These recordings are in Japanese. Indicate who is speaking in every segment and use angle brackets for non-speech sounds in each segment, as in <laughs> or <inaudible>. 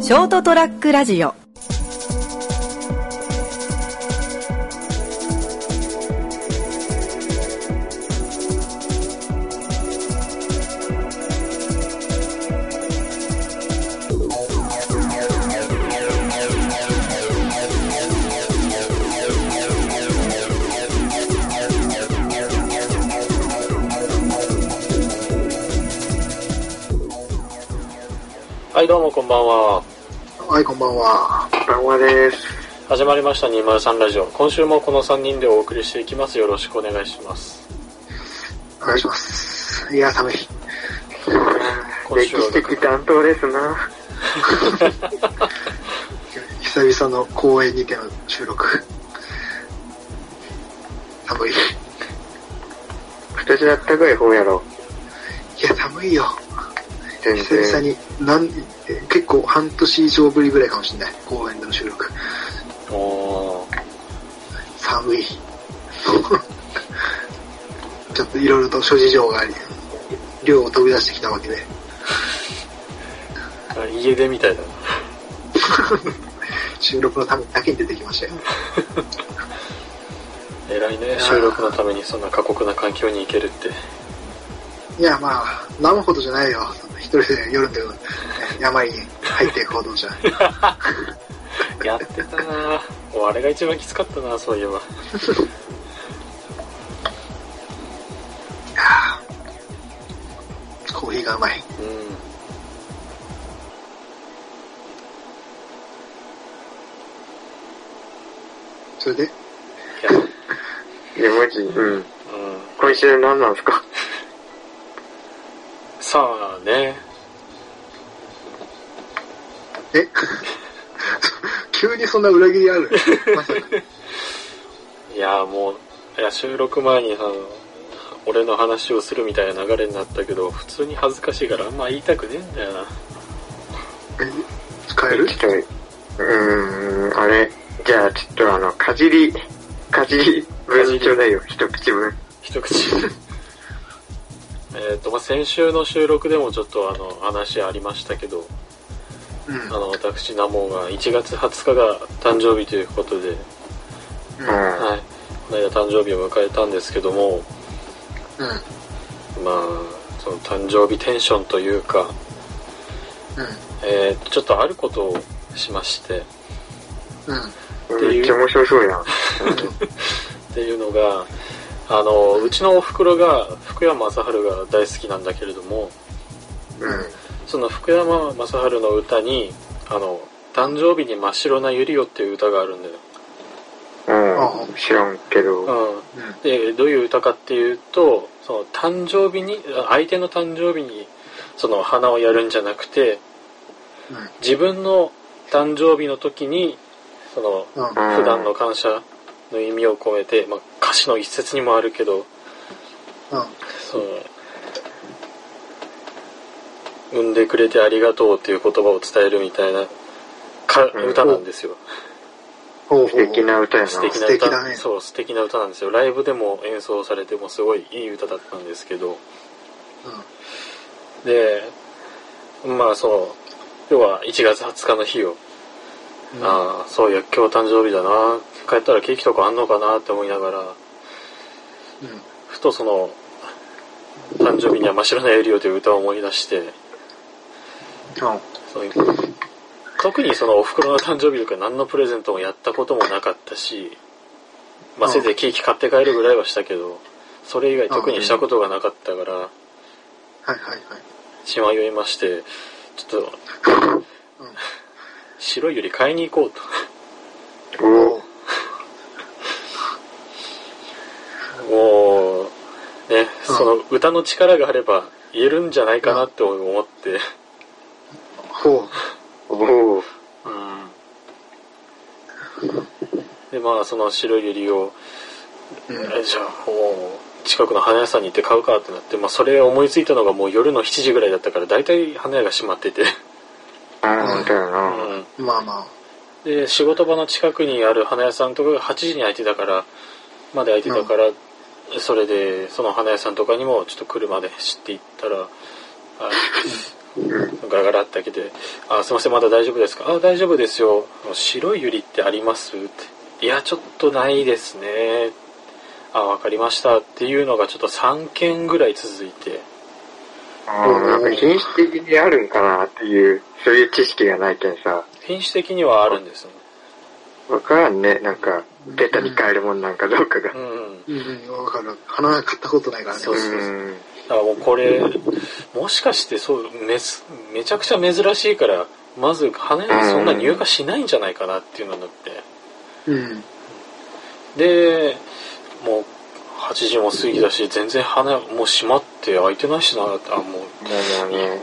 Speaker 1: ショートトラックラジオ
Speaker 2: はい、どうもこんばんは。
Speaker 3: はい、こんばんは。こんばんはです。
Speaker 2: 始まりました203ラジオ。今週もこの3人でお送りしていきます。よろしくお願いします。
Speaker 3: お願いします。いや、寒い。
Speaker 2: 今週は
Speaker 4: 暖冬ですな。
Speaker 3: <laughs> 久々の公園にての収録。寒い。い
Speaker 4: 私あったかい方やろ。
Speaker 3: や、寒いよ。
Speaker 4: 全
Speaker 3: 久々
Speaker 4: 然。
Speaker 3: に、なん、結構半年以上ぶりぐらいかもしれない。公園での収録。
Speaker 2: おー
Speaker 3: 寒い。 <laughs> ちょっといろいろと諸事情があり、寮を飛び出してきたわけで。
Speaker 2: あ家出みたいだな。
Speaker 3: 収録のためだけに出てきましたよ。
Speaker 2: 偉いね。収録のためにそんな過酷な環境に行けるって。
Speaker 3: いや、まあ、飲むほどじゃないよ。一人で夜の山に入っていくほどじゃ。
Speaker 2: やってたなもうあれが一番きつかったなそういえば。
Speaker 3: コーヒーがうまい。
Speaker 2: うん。
Speaker 3: それで、
Speaker 2: いや、うん。
Speaker 4: いや、マジ、うん。今週何なんすか
Speaker 2: さあね。
Speaker 3: え <laughs> 急にそんな裏切りあるまさか。
Speaker 2: いや、もう、いや収録前にさ、俺の話をするみたいな流れになったけど、普通に恥ずかしいからあんま言いたくねえんだよな。
Speaker 3: え使える
Speaker 4: ちょっと、うーん、あれ。じゃあ、ちょっとあの、かじり、かじり分ちょうだいよ、一口分。
Speaker 2: 一口えっと、まあ、先週の収録でもちょっとあの話ありましたけど
Speaker 3: うん。
Speaker 2: あの私ナモが1月20日が誕生日ということで、
Speaker 3: う。
Speaker 4: うんん。
Speaker 2: はい、この間誕生日を迎えたんですけども
Speaker 3: うん。
Speaker 2: まあその誕生日テンションというか、えーちょっとあることをしましてっ
Speaker 3: うん。
Speaker 4: めっちゃ面白そう
Speaker 2: <laughs>
Speaker 4: やん。
Speaker 2: ていうのがあのうちのおふくろが福山雅治が大好きなんだけれども
Speaker 3: うん。
Speaker 2: その福山雅治の歌にあの誕生日に真っ白なユリオっていう歌があるんだよ、
Speaker 4: うん。うん、知らんけど。
Speaker 2: うん、
Speaker 3: うん。
Speaker 2: でどういう歌かっていうとその誕生日に相手の誕生日にその花をやるんじゃなくて自分の誕生日の時にその
Speaker 3: うん。うん。
Speaker 4: うん
Speaker 2: 普段の感謝の意味を込めて、まあ、歌詞の一節にもあるけどその産んでくれてありがとうっていう言葉を伝えるみたいなか
Speaker 4: うん
Speaker 2: 歌なんですよ。
Speaker 3: ほうほう
Speaker 4: 素敵な歌やな。
Speaker 2: 素敵な
Speaker 3: 素敵
Speaker 2: 歌
Speaker 3: だね
Speaker 2: そう素敵な歌なんですよライブでも演奏されてもすごいいい歌だったんですけどでまあそう要は1月20日の日を、
Speaker 3: うん。うん。
Speaker 2: ああそういや今日誕生日だな帰ったらケーキとかあんのかなって思いながら
Speaker 3: うん。
Speaker 2: ふとその誕生日には真っ白なエリオという歌を思い出して
Speaker 3: うん。
Speaker 2: そういう特にそのおふくろの誕生日とか何のプレゼントもやったこともなかったし、まあ、
Speaker 3: うん
Speaker 2: せいぜいケーキ買って帰るぐらいはしたけどそれ以外特にしたことがなかったから
Speaker 3: はいはいはい。
Speaker 2: しまよいましてちょっと
Speaker 3: うん
Speaker 2: 白いユリ買いに行こうと
Speaker 4: お
Speaker 3: う
Speaker 2: もうね、
Speaker 3: うん
Speaker 2: その歌の力があれば言えるんじゃないかなって思って、
Speaker 3: ほ
Speaker 4: おお
Speaker 2: でまあその白いユリを、
Speaker 3: う。うん。
Speaker 2: あれじゃあもう近くの花屋さんに行って買うかってなって、まあ、それ思いついたのがもう夜の7時ぐらいだったから大体花屋が閉まってて、
Speaker 4: あー、ほんとや
Speaker 2: う
Speaker 4: な。
Speaker 2: ん、
Speaker 3: まあまあ。
Speaker 2: で仕事場の近くにある花屋さんとかが8時に開いてたからまで開いてたから、それでその花屋さんとかにもちょっと車で走って行ったらあ
Speaker 4: うん。
Speaker 2: ガラガラって開けて「あすいませんまだ大丈夫ですか?」「あ大丈夫ですよ」あの「白いユリってあります?」って「いやちょっとないですね」「あわかりました」っていうのがちょっと3件ぐらい続いて
Speaker 4: あーなんか品質的にあるんかなっていう、そういう知識がないけんさ、
Speaker 2: 品種的にはあるんですよね
Speaker 4: わからんね、なんか、ベタに変えるもんなんかどうかが。
Speaker 2: う。ん
Speaker 3: うんうん、わかる。花なんか買ったことないからね。
Speaker 2: そうう
Speaker 3: 俺
Speaker 2: そうんだからもうこれもしかしてそうめすめちゃくちゃ珍しいからまず花屋にそんな入荷しないんじゃないかなっていうのになって
Speaker 3: うん。
Speaker 2: でもう8時も過ぎだし全然花屋もう閉まって開いてないしなってあもう
Speaker 4: もうね、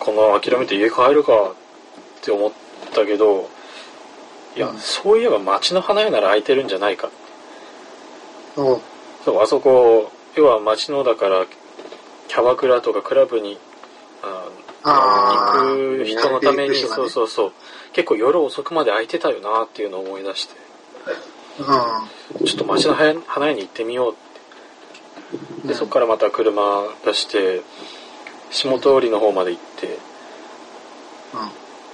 Speaker 2: この諦めて家帰るかって思ったけどいや、
Speaker 3: うん
Speaker 2: そういえば町の花屋なら空いてるんじゃないか
Speaker 3: おう
Speaker 2: そうあそこ要は町のだからキャバクラとかクラブにあ
Speaker 3: ああ。
Speaker 2: 行く人のために、
Speaker 3: 行く人がね
Speaker 2: そうそうそう結構夜遅くまで空いてたよなっていうのを思い出して
Speaker 3: う
Speaker 2: ちょっと町の花屋花屋に行ってみようって
Speaker 3: ん。
Speaker 2: でそこからまた車出して下通りの方まで行って。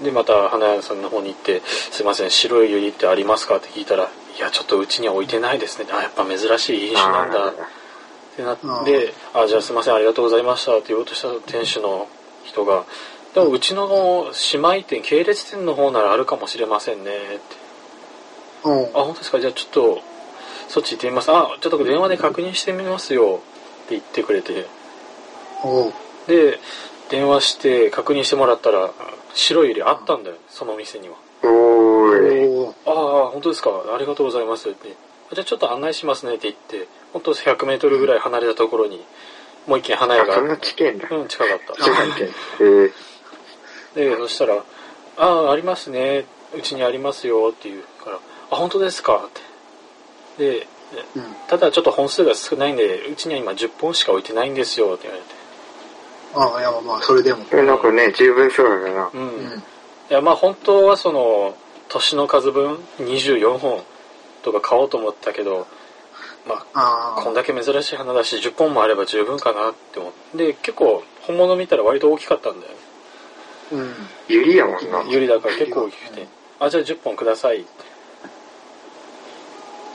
Speaker 3: うん。
Speaker 2: でまた花屋さんの方に行って「すいません白いユリってありますか?」って聞いたら「いやちょっとうちには置いてないですね」あやっぱ珍しい品種なんだ」ってなって「あじゃあすいませんありがとうございました」って言おうとした店主の人が「でもうちの姉妹店系列店の方ならあるかもしれませんね」って
Speaker 3: うん。
Speaker 2: 「あ本当ですかじゃあちょっとそっち行ってみますあちょっと電話で確認してみますよ」って言ってくれて
Speaker 3: おう。
Speaker 2: で電話して確認してもらったら白いユリあったんだよその店には。
Speaker 4: おーい。
Speaker 3: おう。
Speaker 2: ああ、本当ですか。ありがとうございますって。じゃあちょっと案内しますねって言って、本当100メートルぐらい離れたところに、もう一軒花屋
Speaker 4: あ、
Speaker 2: が
Speaker 4: そんな知見だ。
Speaker 2: うん、近かった。
Speaker 4: 知見けん。えー
Speaker 2: で、そしたら、ああ、ありますね。うちにありますよって言うから、あ、本当ですかって。で、
Speaker 3: うん。
Speaker 2: ただちょっと本数が少ないんで、うちには今10本しか置いてないんですよって言われて。
Speaker 3: ああ、いや、まあ、それでも。
Speaker 4: それなんかね、十分そうだな。
Speaker 2: うん。
Speaker 3: うん。
Speaker 2: いや、まあ本当はその、年の数分24本とか買おうと思ったけど、まあ
Speaker 3: ああ。
Speaker 2: こんだけ珍しい花だし10本もあれば十分かなって思ってで結構本物見たら割と大きかったんだよね
Speaker 3: うん。
Speaker 4: ユリやもんな。
Speaker 2: ユリだから結構大きく
Speaker 3: う
Speaker 2: て
Speaker 3: ん
Speaker 2: 「あじゃあ10本ください」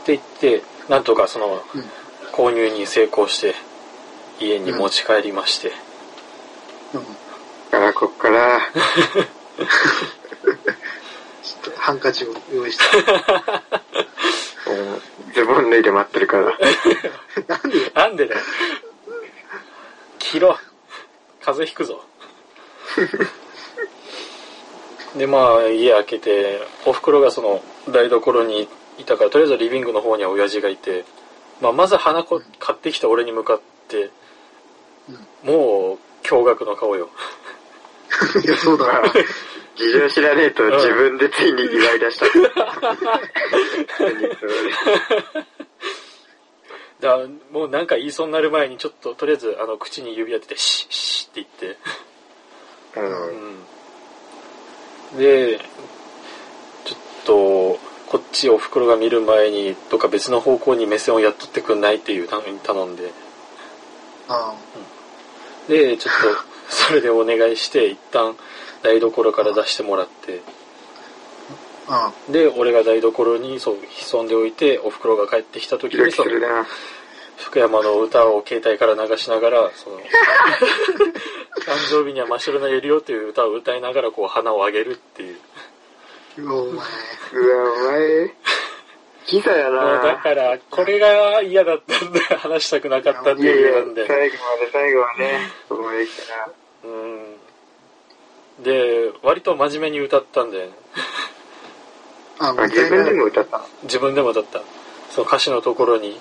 Speaker 2: って言ってなんとかその
Speaker 3: うん
Speaker 2: 購入に成功して家に持ち帰りまして、
Speaker 3: うん。
Speaker 4: だから、こっから、
Speaker 3: ちょっとハンカチを用意
Speaker 2: <laughs>
Speaker 3: して。
Speaker 4: うんズボン脱いで待ってるから。
Speaker 3: なんで
Speaker 2: <laughs> なんでだよ切ろう風邪ひくぞでまあ家開けておふくろがその台所にいたからとりあえずリビングの方には親父がいて、まあ、まず花こ買ってきた俺に向かってもう驚愕の顔よ
Speaker 3: いや、そうだな。
Speaker 4: 事情知らねえと自分でついに祝い出した。
Speaker 2: だもうなんか言いそうになる前にちょっととりあえずあの口に指当てて「シッシッ」って言って
Speaker 4: うん
Speaker 2: うんでちょっとこっちおふくろが見る前にどっか別の方向に目線をやっとってくんないっていうために頼んで
Speaker 3: あ
Speaker 2: でちょっと
Speaker 4: <laughs>
Speaker 2: それでお願いして一旦台所から出してもらって
Speaker 3: あ。ああ。
Speaker 2: で俺が台所にそう潜んでおいておふくろが帰ってきた時
Speaker 4: ドキド
Speaker 2: に
Speaker 4: キ
Speaker 2: そ
Speaker 4: す
Speaker 2: の
Speaker 4: るな。
Speaker 2: 福山の歌を携帯から流しながらそ
Speaker 4: <laughs>
Speaker 2: の誕生日には真っ白なユリをという歌を歌いながらこう花をあげるっていう
Speaker 3: お前。
Speaker 4: うわ、お前、キザや
Speaker 2: もうだ
Speaker 4: な。
Speaker 2: から、これが嫌だったんで、話したくなかったって
Speaker 4: いやい
Speaker 2: い
Speaker 4: や
Speaker 2: うのなん、で。
Speaker 4: 最後まで最後はね、お前か
Speaker 2: うん。で、割と真面目に歌ったんで、
Speaker 3: ああ、
Speaker 4: ら。あ、自分でも歌ったの
Speaker 2: 自分でも歌った。その歌詞のところに、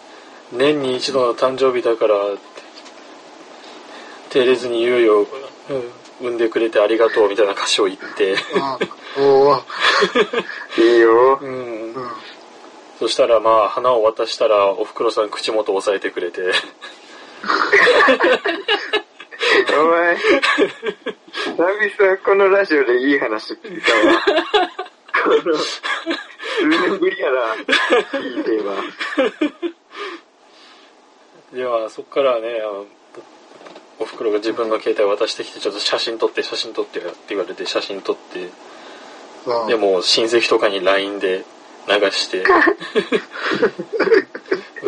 Speaker 2: 年に一度の誕生日だからって、照れずに言うよ、うん、産んでくれてありがとうみたいな歌詞を言って、
Speaker 3: ああ。おお。
Speaker 4: いいよ。
Speaker 2: うん
Speaker 3: う。ん。
Speaker 2: そしたらまあ、花を渡したら、おふくろさん口元を押さえてくれて、
Speaker 4: お前、久々このラジオでいい話聞いたわ。この、数年ぶりやな、いいテーマ。
Speaker 2: ではそこからねあのお袋が自分の携帯渡してきて、ちょっと写真撮って、写真撮ってって言われて、写真撮って、
Speaker 3: うん
Speaker 2: でも親戚とかに LINE で流して、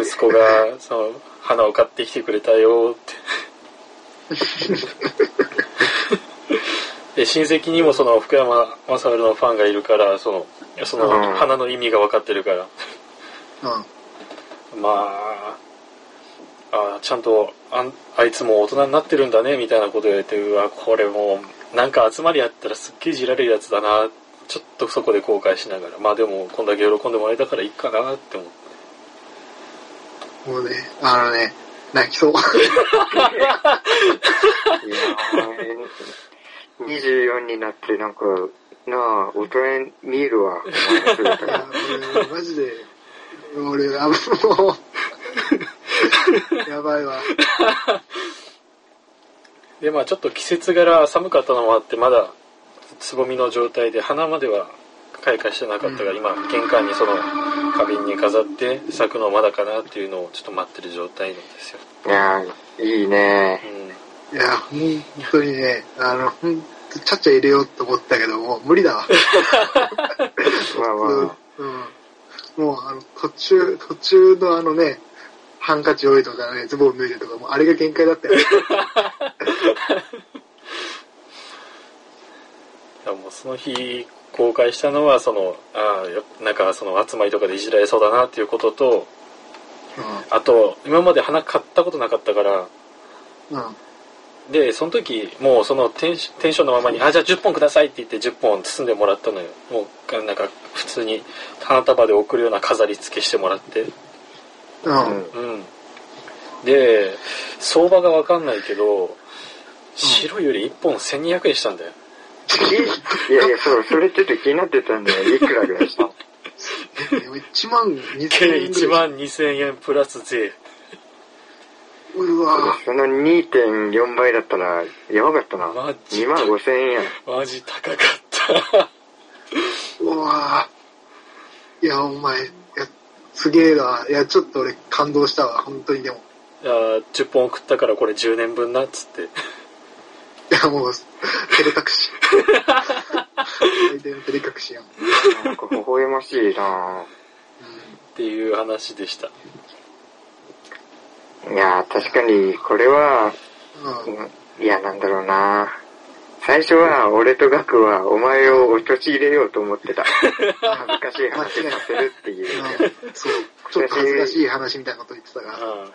Speaker 2: 息子がその花を買ってきてくれたよって。で親戚にもその福山雅治のファンがいるからそのその
Speaker 4: うん
Speaker 2: 花の意味が分かってるから
Speaker 3: うん
Speaker 2: まああちゃんとあんあいつも大人になってるんだねみたいなこと言われてうわこれもうなんか集まりやったらすっげえじられるやつだなちょっとそこで後悔しながらまあでもこんだけ喜んでもらえたからいいかなって思って
Speaker 3: もうね、あのね、泣きそ
Speaker 2: <laughs>
Speaker 3: う。
Speaker 4: いやー24になってなんか、なあ、大人に見えるわ。お前の姿
Speaker 3: いや
Speaker 4: が、
Speaker 3: 俺、マジで、俺、あの、
Speaker 2: <laughs>
Speaker 3: もう、やばいわ。
Speaker 2: でまあちょっと季節柄寒かったのもあってまだつぼみの状態で花までは開花してなかったが、
Speaker 3: うん
Speaker 2: 今玄関にその花瓶に飾って咲くのまだかなっていうのをちょっと待ってる状態なんですよ、
Speaker 4: いやーいいね。
Speaker 2: う
Speaker 3: いや、本当にね、あの、ほんとちゃっちゃ入れようと思ったけど、もう無理だ <laughs> わ。
Speaker 4: まあ
Speaker 3: うん
Speaker 4: ま
Speaker 3: うん。もう、あの、途中、途中のあのね、ハンカチ用意とかね、ズボン脱いでとか、もうあれが限界だったよ。
Speaker 2: ん、いやもうその日公開したのはそのああよなんかその集まりとかでいじられそうだなっていうこととあと今まで花買ったことなかったから
Speaker 3: <laughs> うん。うん。
Speaker 2: でその時もうそのテンシテンションのままに「あじゃあ10本ください」って言って10本包んでもらったのよもうなんか普通に花束で送るような飾り付けしてもらって
Speaker 4: あ。
Speaker 3: うん。
Speaker 2: うんで相場が分かんないけど白より1本1200円したんだよ
Speaker 4: いやいや、そう、それちょっと気になってたんだよ。いくらぐらいしたの
Speaker 3: 1万2000
Speaker 2: 計
Speaker 3: 円ぐ
Speaker 2: 1
Speaker 3: らい。
Speaker 2: 万2000円プラス税
Speaker 3: うわ
Speaker 4: その2.4倍だったら、やばかったな。
Speaker 2: マジ
Speaker 4: 2万5千円やん。
Speaker 2: マジ高かった
Speaker 3: うわいや、お前、いや、すげえな。いや、ちょっと俺感動したわ、本当にでも。
Speaker 2: いや10本送ったからこれ10年分なっつって
Speaker 3: いや、もう、照れ隠 <laughs> し。相手の照れ隠しやん。うん
Speaker 4: なんか微笑ましいな
Speaker 2: っていう話でした
Speaker 4: いやー確かに、これは、
Speaker 3: うん。
Speaker 4: いや、なんだろうな最初は、俺とガクは、お前を落ち入れようと思ってた。恥ずかしい話させるっていう。
Speaker 3: そう。ちょっと恥ずかしい話みたいなこと言ってたが。
Speaker 2: あ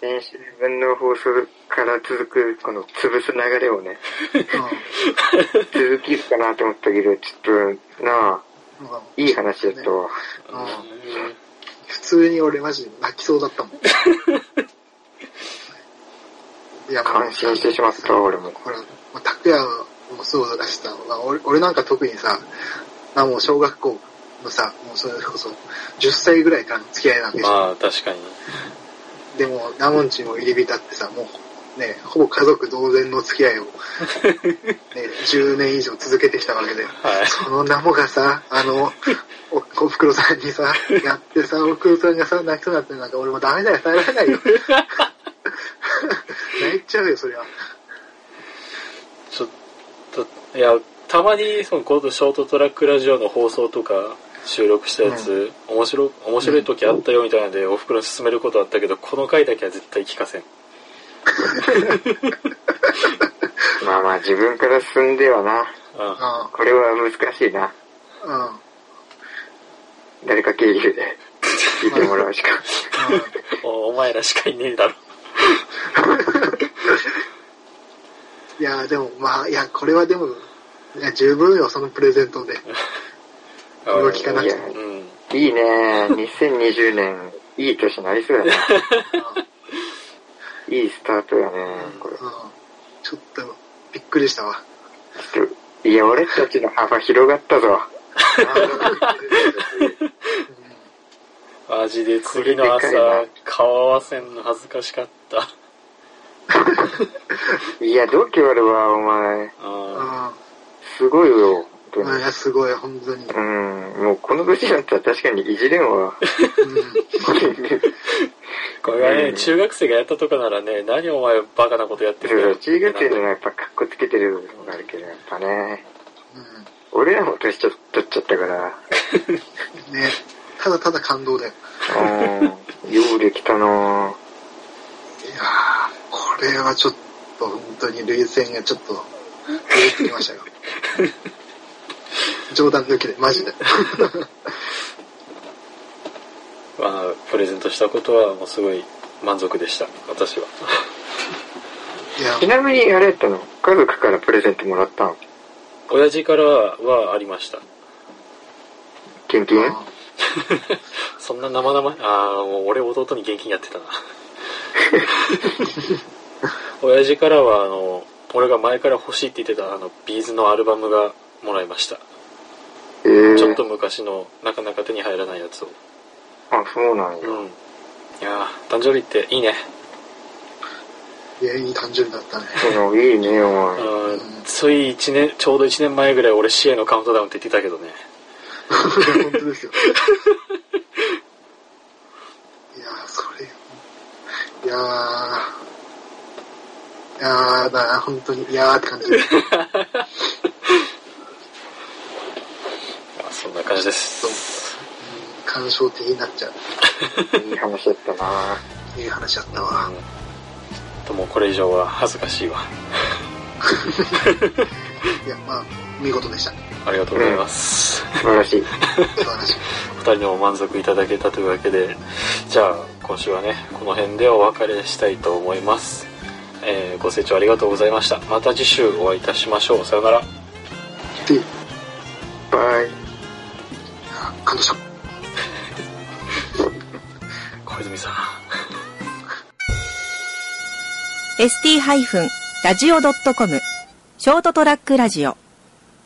Speaker 4: 先週分の放送から続く、この潰す流れをね、
Speaker 3: う
Speaker 4: 続きかなと思ったけど、ちょっと、なあ
Speaker 3: ん。うん
Speaker 4: いい話だったわ。
Speaker 2: あうん
Speaker 3: 普通に俺マジで泣きそうだったもん。いや、
Speaker 4: 感心してしまったわ、俺も。
Speaker 3: ほら、まあ、拓也もそうだしさ、まあ、俺俺なんか特にさ、まあ、もう小学校のさ、もうそれこそ10歳ぐらいからの付き合いなんでしょ。
Speaker 2: まあ確かに
Speaker 3: でも、ナモンチンも入り浸ってさ、もうね、ほぼ家族同然の付き合
Speaker 4: <laughs>
Speaker 3: いを、ね、10年以上続けてきたわけで、
Speaker 2: はい
Speaker 3: そのナモがさ、あの、お、おふくろさんにさ、やってさ、おふくろさんがさ、泣きそうになってなんか俺もダメだよ、耐えられないよ。 <laughs> 泣いちゃうよ、そりゃ。
Speaker 2: ちょっといやたまにそのこのショートトラックラジオの放送とか収録したやつ、面白面白い時あったよみたいなので、おふくろに勧めることあったけどこの回だけは絶対聞かせん
Speaker 4: まあまあ、自分から進んではな。
Speaker 2: あ
Speaker 3: う
Speaker 4: これは難しいな。
Speaker 3: ん、うん。
Speaker 4: 誰か経由で聞いてもらうしか。
Speaker 2: おお前らしかいねえだろ
Speaker 3: いや、でも、まあ、いや、これはでも、いや、十分よ、そのプレゼントで。これを聞かなくても。
Speaker 2: うん
Speaker 4: いいね2020年、
Speaker 3: <laughs>
Speaker 4: いい年になりそうだね。いいスタートやねこれ。
Speaker 3: うんちょっと、びっくりしたわ。
Speaker 4: ちょっといや、俺たちの幅広がったぞ。
Speaker 2: マジで次の朝
Speaker 4: これでかいな
Speaker 2: 顔合わせんの恥ずかしかったあ
Speaker 4: いや、度胸あるわ、お前。
Speaker 3: う
Speaker 2: あ
Speaker 3: ん
Speaker 4: すごいよ。当に
Speaker 3: ま。あ、すごい、本当に。うん。
Speaker 4: うん、もうこの年になったら確かにいじれん
Speaker 3: <laughs>
Speaker 4: わ。
Speaker 2: これはね、
Speaker 4: うん
Speaker 2: 中学生がやったとかならね、何お前バカなことやって
Speaker 4: でも
Speaker 2: る
Speaker 4: 中学生のやっぱ格好つけてるのがあるけど、やっぱね。俺らも年ちょ取っちゃったから。
Speaker 3: うん。ね。ただただ感動だよ。 <laughs>
Speaker 4: うん。ようできたなぁ。
Speaker 3: いやー、これはちょっと、本当に涙腺がちょっと、出てきましたよ。冗談抜きで、マジで。
Speaker 2: まあ、プレゼントしたことはもうすごい満足でした、私は。
Speaker 3: いや、
Speaker 4: ちなみにあれやったの家族からプレゼントもらったの
Speaker 2: 親父からはありました。
Speaker 4: キンキン
Speaker 3: あ
Speaker 2: そんな生々、ああ、もう俺弟に現金やって
Speaker 4: <laughs>
Speaker 2: たな。親父からは、あの、俺が前から欲しいって言ってた、あの、ビーズのアルバムがもらいました。
Speaker 4: えー、
Speaker 2: ちょっと。昔の、なかなか手に入らないやつを。
Speaker 4: あ、そうなんや。
Speaker 2: うん。いやー誕生日っていいね。
Speaker 3: ーいや、いい誕生日だったね。
Speaker 4: その、いいね、お
Speaker 2: う
Speaker 4: 前。
Speaker 2: ん、つい一年、ちょうど1年前ぐらい俺死へのカウントダウンって言ってたけどね。
Speaker 3: いや本当ですよ。いやー、それ、いやー、いやーだな、本当に、いやーって感じです。
Speaker 2: まあそんな感じです。
Speaker 3: うん感傷的になっちゃ
Speaker 4: いい話やったなぁ。
Speaker 3: う。いい話だった
Speaker 2: うん。
Speaker 3: わ。
Speaker 2: ちょっともうこれ以上は恥ずかしいわ。
Speaker 3: いや、まあ、見事でした。
Speaker 2: ありがとうございます。
Speaker 4: 素晴らしい。
Speaker 3: 素晴らしい。
Speaker 2: お二人にも満足いただけたというわけでじゃあ今週はねこの辺でお別れしたいと思います、えーご清聴ありがとうございましたまた次週お会いいたしましょうさようなら
Speaker 3: で、いや
Speaker 4: バイ。
Speaker 3: ー感動した。
Speaker 2: 小泉さん
Speaker 1: ST-radio.com ショートトラックラジオ